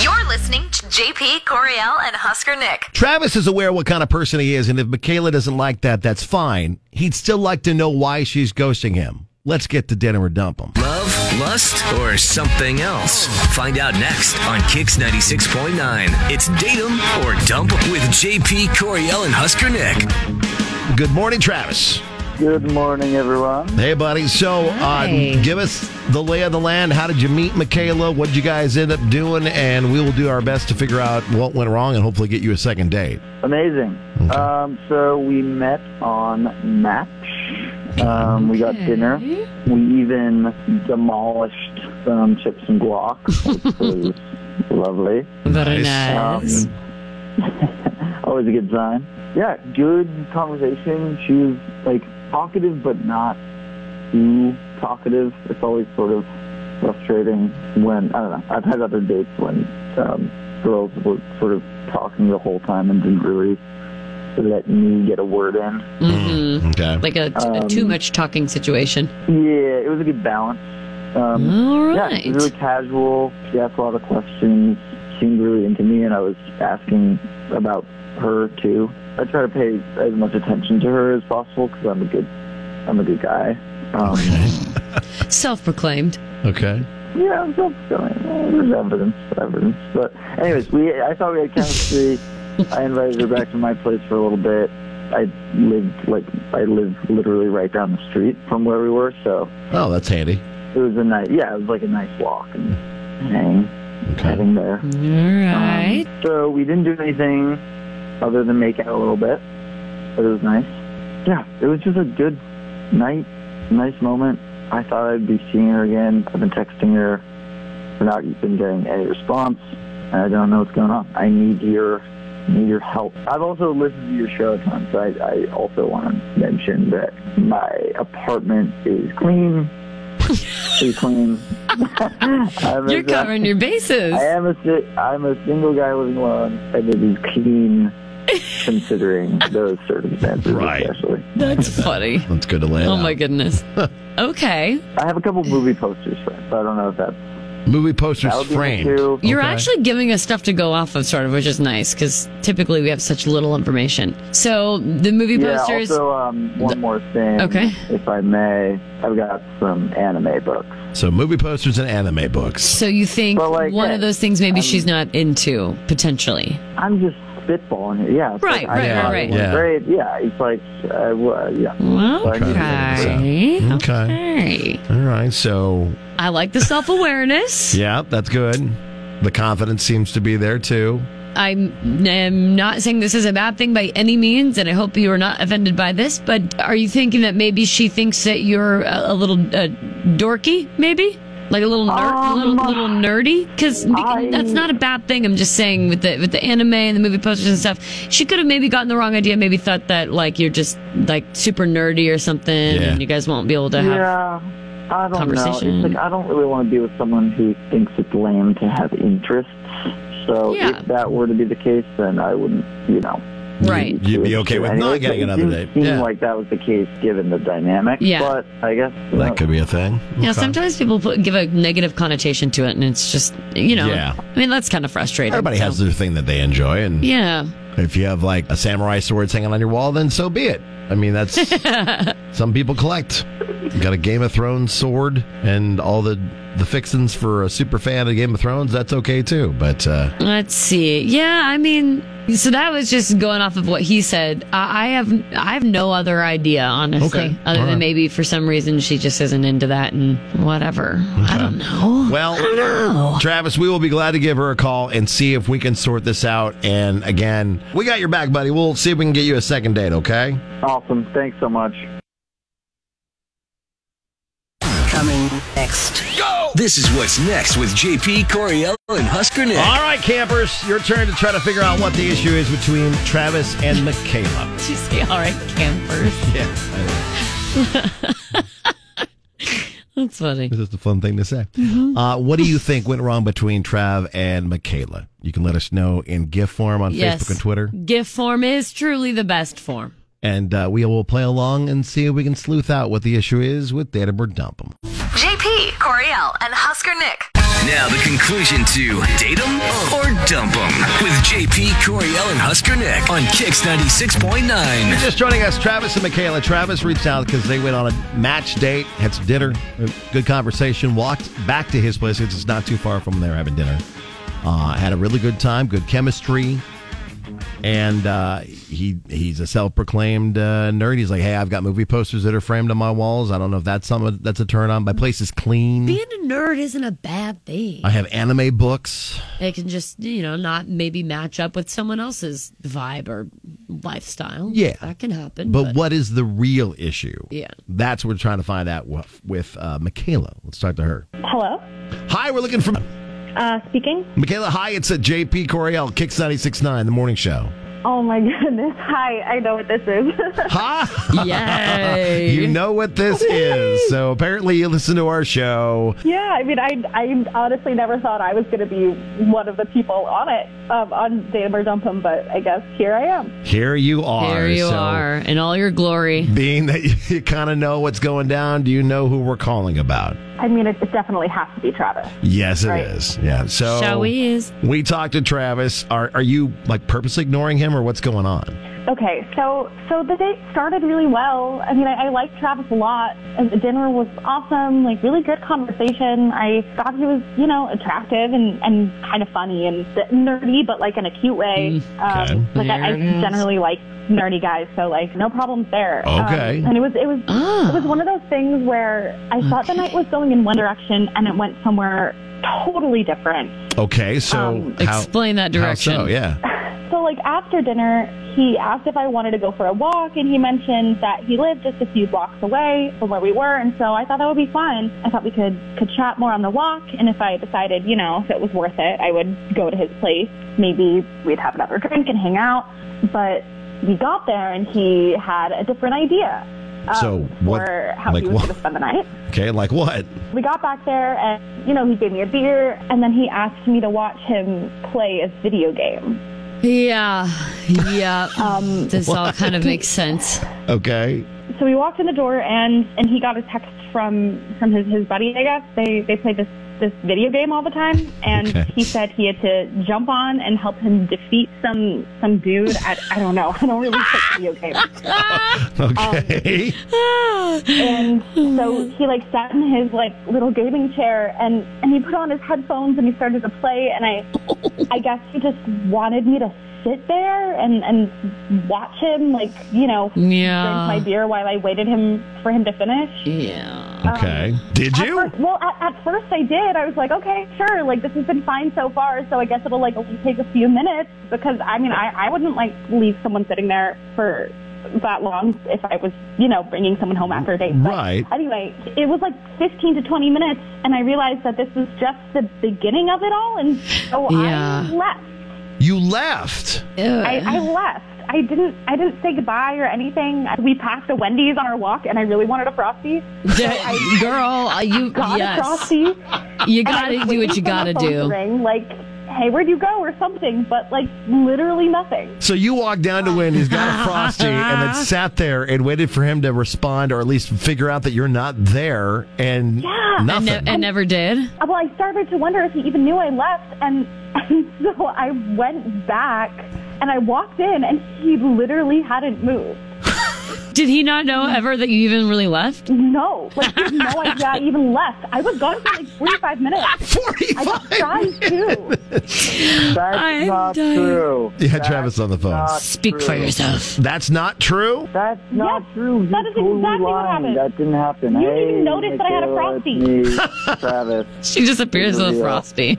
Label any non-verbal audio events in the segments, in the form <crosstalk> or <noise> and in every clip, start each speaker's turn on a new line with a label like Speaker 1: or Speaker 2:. Speaker 1: You're listening to JP Coriel and Husker Nick.
Speaker 2: Travis is aware what kind of person he is, and if Michaela doesn't like that, that's fine. He'd still like to know why she's ghosting him. Let's get to dinner or dump him.
Speaker 3: Love, lust, or something else? Find out next on Kix 96.9. It's Date 'em or Dump 'em with JP Coriel and Husker Nick.
Speaker 2: Good morning, Travis.
Speaker 4: Good morning, everyone.
Speaker 2: Hey, buddy. So,
Speaker 5: Hi.
Speaker 2: uh, give us the lay of the land. How did you meet Michaela? What did you guys end up doing? And we will do our best to figure out what went wrong and hopefully get you a second date.
Speaker 4: Amazing. Um, so we met on Match. Um, we got dinner. We even demolished some chips and guac, which was lovely.
Speaker 5: Very
Speaker 2: Nice.
Speaker 5: nice.
Speaker 4: Um, <laughs> always a good sign. Yeah, good conversation. She was like talkative, but not too talkative. It's always sort of frustrating when I don't know. I've had other dates when um, girls were sort of talking the whole time and didn't really let me get a word in.
Speaker 5: Mhm.
Speaker 2: Okay.
Speaker 5: Like a, t- a too
Speaker 4: Um,
Speaker 5: much talking situation.
Speaker 4: Yeah, it was a good balance. Um,
Speaker 5: All
Speaker 4: Yeah, it was
Speaker 5: right.
Speaker 4: really casual. She asked a lot of questions. Seemed really into me, and I was asking about her too. I try to pay as much attention to her as possible because I'm a good, I'm a good guy. Um,
Speaker 5: Self-proclaimed.
Speaker 2: Okay.
Speaker 4: <laughs> yeah, I'm self-fulfilling. Uh, There's evidence, evidence. But anyways, we I thought we had chemistry. I invited her back to my place for a little bit. I lived like I lived literally right down the street from where we were, so
Speaker 2: Oh, that's handy.
Speaker 4: it was a nice yeah, it was like a nice walk and hang,
Speaker 2: Okay.
Speaker 4: heading there.
Speaker 5: All
Speaker 4: Um,
Speaker 5: right.
Speaker 4: so we didn't do anything other than make out a little bit, but it was nice. Yeah, it was just a good night, nice moment. I thought I'd be seeing her again. I've been texting her, but not been getting any response. And I don't know what's going on. I need your need your help. I've also listened to your show a ton, so I, I also want to mention that my apartment is clean. Pretty clean. <laughs> I'm
Speaker 5: You're
Speaker 4: exactly-
Speaker 5: covering your bases.
Speaker 4: I am a si- I'm a single guy living alone, and it is
Speaker 5: <laughs>
Speaker 4: clean, considering those circumstances,
Speaker 2: Right.
Speaker 4: especially.
Speaker 5: That's
Speaker 4: <laughs>
Speaker 5: funny.
Speaker 2: That's good to lay
Speaker 5: Oh
Speaker 2: out.
Speaker 5: my goodness. Okay.
Speaker 4: I have a couple movie posters, for it, so I don't know if that's
Speaker 2: Movie posters
Speaker 4: that would be
Speaker 2: framed.
Speaker 4: too.
Speaker 5: You're
Speaker 2: Okay.
Speaker 5: actually giving us stuff to go off of, sort of, which is nice because typically we have such little information. So the movie
Speaker 4: Yeah.
Speaker 5: posters.
Speaker 4: Also, um, one more thing,
Speaker 5: Okay.
Speaker 4: if I may, I've got some anime books.
Speaker 2: So, movie posters and anime books.
Speaker 5: so you think
Speaker 4: Well, like,
Speaker 5: one
Speaker 4: hey,
Speaker 5: of those things maybe she's not into potentially?
Speaker 4: I'm just spitballing here. Yeah. it's
Speaker 5: Right,
Speaker 4: like,
Speaker 5: right,
Speaker 4: I thought
Speaker 5: right,
Speaker 4: it
Speaker 5: right.
Speaker 4: was
Speaker 2: Yeah.
Speaker 4: Great. Yeah. It's like, uh, well, yeah.
Speaker 5: Okay.
Speaker 2: Okay.
Speaker 5: Okay.
Speaker 2: All right. So,
Speaker 5: I like the self
Speaker 4: <laughs>
Speaker 5: awareness.
Speaker 2: yeah, that's good. The confidence seems to be there too.
Speaker 5: I'm, am not saying this is a bad thing by any means, and I hope you are not offended by this. But are you thinking that maybe she thinks that you're a, a little uh, dorky, maybe? Like a little ner-
Speaker 4: Um,
Speaker 5: little, little nerdy, because
Speaker 4: I-
Speaker 5: that's not a bad thing. I'm just saying with the with the anime and the movie posters and stuff, she could have maybe gotten the wrong idea. Maybe thought that like you're just like super nerdy or something,
Speaker 2: Yeah.
Speaker 5: and you guys won't be able to have.
Speaker 4: Yeah. I don't know. It's
Speaker 5: conversation.
Speaker 4: like I don't really want to be with someone who thinks it's lame to have interests. So
Speaker 5: Yeah.
Speaker 4: if that were to be the case, then I wouldn't, you know.
Speaker 5: Right.
Speaker 2: You'd be
Speaker 4: do it.
Speaker 2: okay with
Speaker 4: Anyway,
Speaker 2: not getting
Speaker 4: it
Speaker 2: another
Speaker 4: didn't
Speaker 2: date.
Speaker 4: Seem
Speaker 2: Yeah.
Speaker 4: like that was the case given the dynamic.
Speaker 5: Yeah.
Speaker 4: But I guess you know,
Speaker 2: That could be a thing.
Speaker 5: Yeah,
Speaker 2: Okay.
Speaker 5: sometimes people put, give a negative connotation to it, and it's just you know.
Speaker 2: Yeah.
Speaker 5: I mean, that's kind of frustrating.
Speaker 2: Everybody
Speaker 5: so-
Speaker 2: has their thing that they enjoy, and
Speaker 5: Yeah.
Speaker 2: if you have like a samurai sword hanging on your wall, then so be it. I mean,
Speaker 5: <laughs>
Speaker 2: that's some people collect. You got a Game of Thrones sword and all the the fixins for a super fan of Game of Thrones. That's okay too. But uh,
Speaker 5: Let's see. Yeah, I mean, so that was just going off of what he said. I, I have I have no other idea, honestly,
Speaker 2: Okay.
Speaker 5: other
Speaker 2: All right.
Speaker 5: than maybe for some reason she just isn't into that and whatever. I don't know.
Speaker 2: well,
Speaker 5: <laughs> Oh.
Speaker 2: Travis, we will be glad to give her a call and see if we can sort this out. And again, we got your back, buddy. We'll see if we can get you a second date. Okay.
Speaker 4: awesome. Thanks so much.
Speaker 6: Coming next.
Speaker 3: This is what's next with JP Coriel and Husker Nick.
Speaker 2: All right, campers, your turn to try to figure out what the issue is between Travis and Michaela.
Speaker 5: Did you say all right, campers?
Speaker 2: <laughs> Yeah, I know.
Speaker 5: That's funny.
Speaker 2: It's just a fun thing to say. Uh, what do you think went wrong between Trav and Michaela? You can let us know in GIF form on
Speaker 5: Yes.
Speaker 2: Facebook and Twitter.
Speaker 5: Gift form is truly the best form.
Speaker 2: And uh, we will play along and see if we can sleuth out what the issue is with Datum or Dump 'em.
Speaker 1: JP Coriel and Husker Nick.
Speaker 3: Now, the conclusion to date 'em or dump 'em with JP Coriel and Husker Nick on Kix 96.9.
Speaker 2: Just joining us, Travis and Michaela. Travis reached out because they went on a match date, had some dinner, a good conversation, walked back to his place because it's not too far from there having dinner. Uh, had a really good time, good chemistry, and uh, he he's a self-proclaimed uh, nerd. He's like, hey, I've got movie posters that are framed on my walls. I don't know if that's some that's a turn on. My place is clean.
Speaker 5: Being a nerd isn't a bad thing.
Speaker 2: I have anime books.
Speaker 5: It can just, you know, not maybe match up with someone else's vibe or lifestyle.
Speaker 2: Yeah.
Speaker 5: That can happen.
Speaker 2: But what is the real issue?
Speaker 5: Yeah.
Speaker 2: That's what we're trying to find out with, with uh, Michaela. Let's talk to her.
Speaker 7: Hello,
Speaker 2: Hi, we're looking for
Speaker 7: uh, speaking.
Speaker 2: Michaela. Hi, it's at JP Coriel, Kicks 96.9, the morning show.
Speaker 7: Oh my goodness. <laughs> Hi, I know what this is. <laughs>
Speaker 2: Ha!
Speaker 5: <laughs>
Speaker 2: <laughs>
Speaker 5: Yay.
Speaker 2: you know what this is. So apparently you listen to our show.
Speaker 7: yeah, I mean, I, I honestly never thought I was going to be one of the people on it, um, on Data or Dump 'Em, but I guess here I am.
Speaker 2: Here you are.
Speaker 5: There you
Speaker 2: So,
Speaker 5: are, in all your glory.
Speaker 2: Being that <laughs> you, kind of know what's going down, do you know who we're calling about?
Speaker 7: I mean, it, it definitely has to be Travis.
Speaker 2: Yes, it is.
Speaker 7: Right.
Speaker 2: Yeah. So
Speaker 5: Shall we is?
Speaker 2: We talked to Travis. Are are you like purposely ignoring him or what's going on?
Speaker 7: Okay, so so the date started really well. I mean, I, I liked Travis a lot, and the dinner was awesome. Like, really good conversation. I thought he was, you know, attractive and and kind of funny and nerdy, but like in a cute way.
Speaker 2: Mm, okay.
Speaker 7: Um, like I,
Speaker 5: There
Speaker 7: I
Speaker 5: it is.
Speaker 7: generally like nerdy guys, so like no problems there. Um,
Speaker 2: Okay.
Speaker 7: and it was it was
Speaker 5: Ah.
Speaker 7: it was one of those things where I thought the night was going in one direction and it went somewhere totally different.
Speaker 2: Okay, so
Speaker 7: Um,
Speaker 2: how,
Speaker 5: Explain that direction.
Speaker 2: How so? Yeah.
Speaker 7: So, like, after dinner, he asked if I wanted to go for a walk, and he mentioned that he lived just a few blocks away from where we were, and so I thought that would be fun. I thought we could, could chat more on the walk, and if I decided, you know, if it was worth it, I would go to his place. Maybe we'd have another drink and hang out. But we got there, and he had a different idea. um,
Speaker 2: So what-
Speaker 7: For how
Speaker 2: like
Speaker 7: he was
Speaker 2: what-
Speaker 7: going to spend the night.
Speaker 2: Okay, like what?
Speaker 7: We got back there, and, you know, he gave me a beer, and then he asked me to watch him play a video game.
Speaker 5: Yeah, yeah. this all kind of makes sense.
Speaker 2: Okay.
Speaker 7: so we walked in the door and and he got a text from from his his buddy i guess they they play this this video game all the time and
Speaker 2: Okay.
Speaker 7: he said he had to jump on and help him defeat some some dude i, I don't know <laughs> i don't really play video games Um,
Speaker 2: Okay. <laughs>
Speaker 7: and so he like sat in his like little gaming chair and and he put on his headphones and he started to play and i i guess he just wanted me to sit there and and watch him like you know drink my
Speaker 5: Yeah,
Speaker 7: beer while i waited him for him to finish
Speaker 5: yeah.
Speaker 2: okay. Did
Speaker 7: At
Speaker 2: you?
Speaker 7: Um, first- well, at, at first I did. I was like, okay, sure. Like this has been fine so far, so I guess it'll like only take a few minutes because I mean, I I wouldn't like leave someone sitting there for that long if I was, you know, bringing someone home after a date. But
Speaker 2: Right.
Speaker 7: Anyway, it was like 15 to 20 minutes, and I realized that this was just the beginning of it all, and so
Speaker 5: Yeah.
Speaker 7: I left.
Speaker 2: You left.
Speaker 7: I, I left. I didn't. I didn't say goodbye or anything. We passed a Wendy's on our walk, and I really wanted a frosty.
Speaker 5: D- <laughs> girl, uh, you
Speaker 7: Got a
Speaker 5: yes,
Speaker 7: frosty.
Speaker 5: <laughs> you
Speaker 7: And
Speaker 5: gotta
Speaker 7: I was
Speaker 5: do
Speaker 7: waiting
Speaker 5: what you
Speaker 7: for my
Speaker 5: gotta
Speaker 7: phone to
Speaker 5: do.
Speaker 7: Ring, like, hey, where'd you go or something, but like literally nothing.
Speaker 2: So you walked down to when he's got a
Speaker 7: <laughs>
Speaker 2: frosty and then sat there and waited for him to respond or at least figure out that you're not there and
Speaker 7: Yeah.
Speaker 5: And,
Speaker 2: nothing.
Speaker 5: ne-
Speaker 2: <laughs>
Speaker 5: and never did.
Speaker 7: Uh, Well, I started to wonder if he even knew I left, and, <laughs> and so I went back and I walked in, and he literally hadn't moved.
Speaker 5: Did he not know ever that you even really left?
Speaker 7: No, like he had no idea I even left. I was gone for like 45 minutes.
Speaker 2: 45.
Speaker 7: I
Speaker 2: <laughs>
Speaker 7: got died too.
Speaker 4: That's
Speaker 5: I am
Speaker 4: not
Speaker 5: dying.
Speaker 4: true.
Speaker 2: <laughs> yeah, Travis on the phone.
Speaker 7: Uh,
Speaker 4: not
Speaker 5: Speak for
Speaker 4: true.
Speaker 5: yourself. <laughs>
Speaker 2: That's not true.
Speaker 4: That's not
Speaker 7: Yes,
Speaker 4: true. You
Speaker 7: that is
Speaker 4: totally
Speaker 7: exactly what
Speaker 4: lying.
Speaker 7: happened.
Speaker 4: That didn't happen.
Speaker 7: You didn't even
Speaker 4: Hey,
Speaker 7: notice that I had a
Speaker 4: Michaela,
Speaker 2: <laughs>
Speaker 4: it's me, Travis.
Speaker 5: She disappears with a
Speaker 4: Yeah.
Speaker 5: frosty.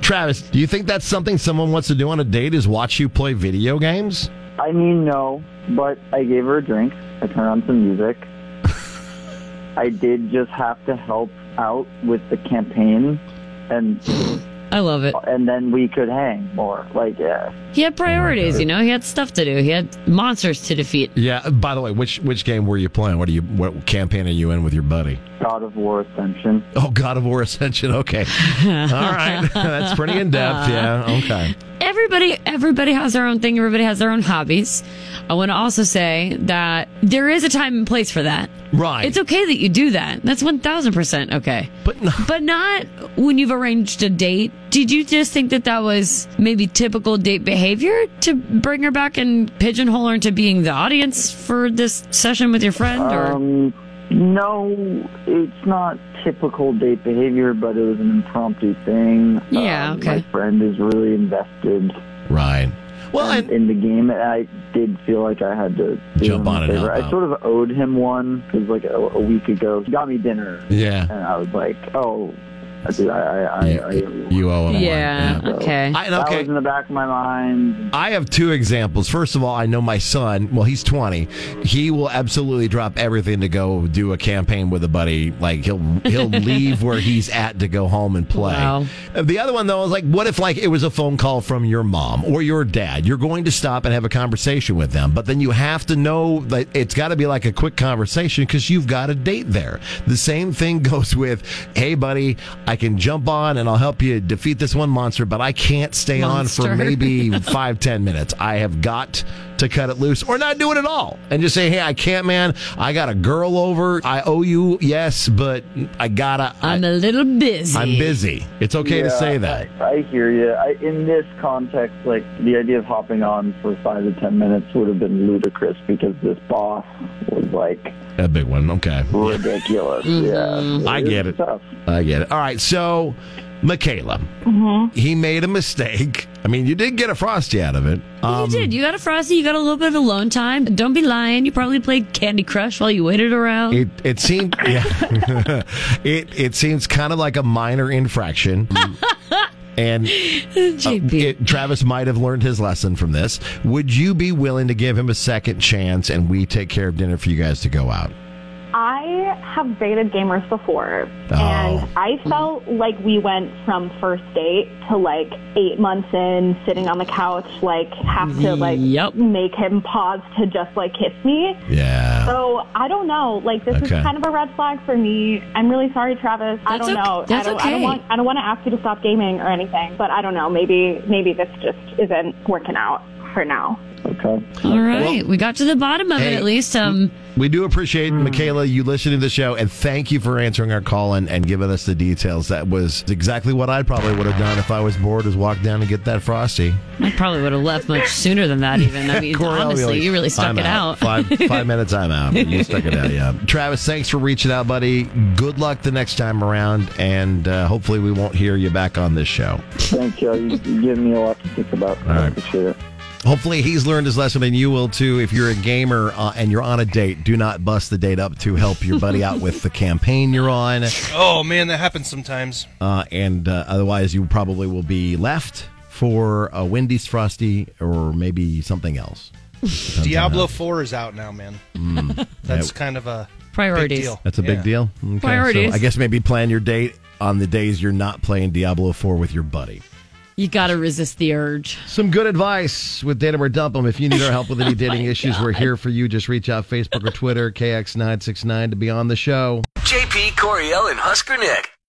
Speaker 2: Travis, do you think that's something someone wants to do on a date is watch you play video games?
Speaker 4: I mean, no, but I gave her a drink. I turned on some
Speaker 5: <laughs>
Speaker 4: music. I did just have to help out with the campaign, and
Speaker 5: I love it.
Speaker 4: and then we could hang more. Like, yeah,
Speaker 5: He had priorities, you know. He had stuff to do. He had monsters to defeat.
Speaker 2: Yeah. uh, By the way, which which game were you playing? What are you what campaign are you in with your buddy?
Speaker 4: God of War Ascension.
Speaker 2: Oh, God of War <laughs>
Speaker 7: <laughs>
Speaker 2: Ascension. Okay. All right. That's pretty in depth. Yeah. Okay.
Speaker 5: Everybody, everybody has their own thing, everybody has their own hobbies. I want to also say that there is a time and place for that.
Speaker 2: Right.
Speaker 5: It's okay that you do that. That's 1000% okay.
Speaker 2: But no,
Speaker 5: But not when you've arranged a date. Did you just think that that was maybe typical date behavior to bring her back and pigeonhole her into being the audience for this session with your friend? Or
Speaker 4: Um, no, it's not typical date behavior, but it was an impromptu thing.
Speaker 5: Yeah,
Speaker 4: Um,
Speaker 5: okay.
Speaker 4: My friend is really invested
Speaker 2: right. Well, and
Speaker 4: in the game, and I did feel like I had to do
Speaker 2: Jump
Speaker 4: him a
Speaker 2: on and
Speaker 4: favor.
Speaker 2: help
Speaker 4: I
Speaker 2: out.
Speaker 4: sort of owed him one because, like, a, a week ago, he got me dinner,
Speaker 2: yeah,
Speaker 4: and I was like, "Oh, dude, I, I, I, I
Speaker 2: you, you owe him.
Speaker 5: yeah,
Speaker 2: One.
Speaker 5: okay.
Speaker 2: I, and
Speaker 4: that
Speaker 2: okay.
Speaker 4: was in the back of my mind."
Speaker 2: I have two examples. First of all, I know my son, well, he's 20. He will absolutely drop everything to go do a campaign with a buddy. Like he'll
Speaker 5: <laughs>
Speaker 2: he'll leave where he's at to go home and play.
Speaker 5: Wow.
Speaker 2: The other one though is like what if like it was a phone call from your mom or your dad? You're going to stop and have a conversation with them, but then you have to know that it's got to be like a quick conversation cuz you've got a date there. The same thing <laughs> goes with, "Hey buddy, I can jump on and I'll help you defeat this one monster, but I can't stay on for
Speaker 5: Monster.
Speaker 2: maybe be five ten minutes. I have got to cut it loose or not do it at all and just say, hey, I can't, man. I got a girl over. I owe you, yes, but I gotta. I,
Speaker 5: I'm a little busy.
Speaker 2: I'm busy. It's okay to
Speaker 4: Yeah,
Speaker 2: say that.
Speaker 4: I, I hear you. I, in this context, like the idea of hopping on for five to ten minutes would have been ludicrous because this boss was like
Speaker 2: A big one. Okay, <laughs>
Speaker 4: ridiculous. Yeah,
Speaker 2: I get it.
Speaker 4: Tough.
Speaker 2: I get it. All right, so. Michaela, he made a mistake. I mean, you did get a frosty out of it. Um,
Speaker 5: you did. You got a frosty. You got a little bit of alone time. Don't be lying. You probably played Candy Crush while you waited around.
Speaker 2: It it seemed <laughs> yeah. it it seems kind of like a minor infraction. And
Speaker 5: <laughs> JP.
Speaker 2: it, Travis might have learned his lesson from this. Would you be willing to give him a second chance and we take care of dinner for you guys to go out?
Speaker 7: I have dated gamers before,
Speaker 2: Oh.
Speaker 7: and I felt like we went from first date to like eight months in, sitting on the couch, like have to like
Speaker 5: Yep.
Speaker 7: make him pause to just like kiss me.
Speaker 2: Yeah.
Speaker 7: So I don't know. Like this
Speaker 2: Okay.
Speaker 7: is kind of a red flag for me. I'm really sorry, Travis. I
Speaker 5: That's
Speaker 7: don't
Speaker 5: ok-
Speaker 7: know.
Speaker 5: that's
Speaker 7: I don't, I don't
Speaker 5: okay.
Speaker 7: want. I don't want to ask you to stop gaming or anything, but I don't know. Maybe maybe this just isn't working out for now.
Speaker 4: Okay.
Speaker 5: All right. we got to the bottom of
Speaker 2: Hey.
Speaker 5: it at least. Um,
Speaker 2: We do appreciate, Michaela, you listening to the show, and thank you for answering our call and, and giving us the details. That was exactly what I probably would have done if I was bored, is walk down and get that Frosty.
Speaker 5: I probably would have left much sooner than that, even.
Speaker 2: <laughs>
Speaker 5: I mean,
Speaker 2: Cornell,
Speaker 5: honestly, you really stuck
Speaker 2: I'm
Speaker 5: it out. <laughs>
Speaker 2: five, five minutes, I'm out. You stuck it out, yeah. Travis, thanks for reaching out, buddy. Good luck the next time around, and uh, hopefully we won't hear you back on this show.
Speaker 4: Thank you. You give me a lot to think about. I
Speaker 2: right.
Speaker 4: appreciate it.
Speaker 2: Hopefully he's learned his lesson, and you will too. If you're a gamer uh, and you're on a date, do not bust the date up to help your buddy out with the campaign you're on,
Speaker 8: Oh man, that happens sometimes.
Speaker 2: uh, and uh, otherwise you probably will be left for a Wendy's Frosty or maybe something else.
Speaker 8: Diablo Four is out now, man. That's kind of a
Speaker 5: Priorities.
Speaker 8: Big deal.
Speaker 2: That's a big
Speaker 8: Yeah.
Speaker 2: deal. Okay,
Speaker 5: Priorities.
Speaker 2: So I guess maybe plan your date on the days you're not playing Diablo 4 with your buddy.
Speaker 5: You got to resist the urge.
Speaker 2: Some good advice with Datum or Dump 'Em. If you need our help with
Speaker 8: <laughs> Oh
Speaker 2: any dating issues, we're here for you. Just reach out Facebook or Twitter, KX969, to be on the show.
Speaker 3: JP Coriel and Husker Nick.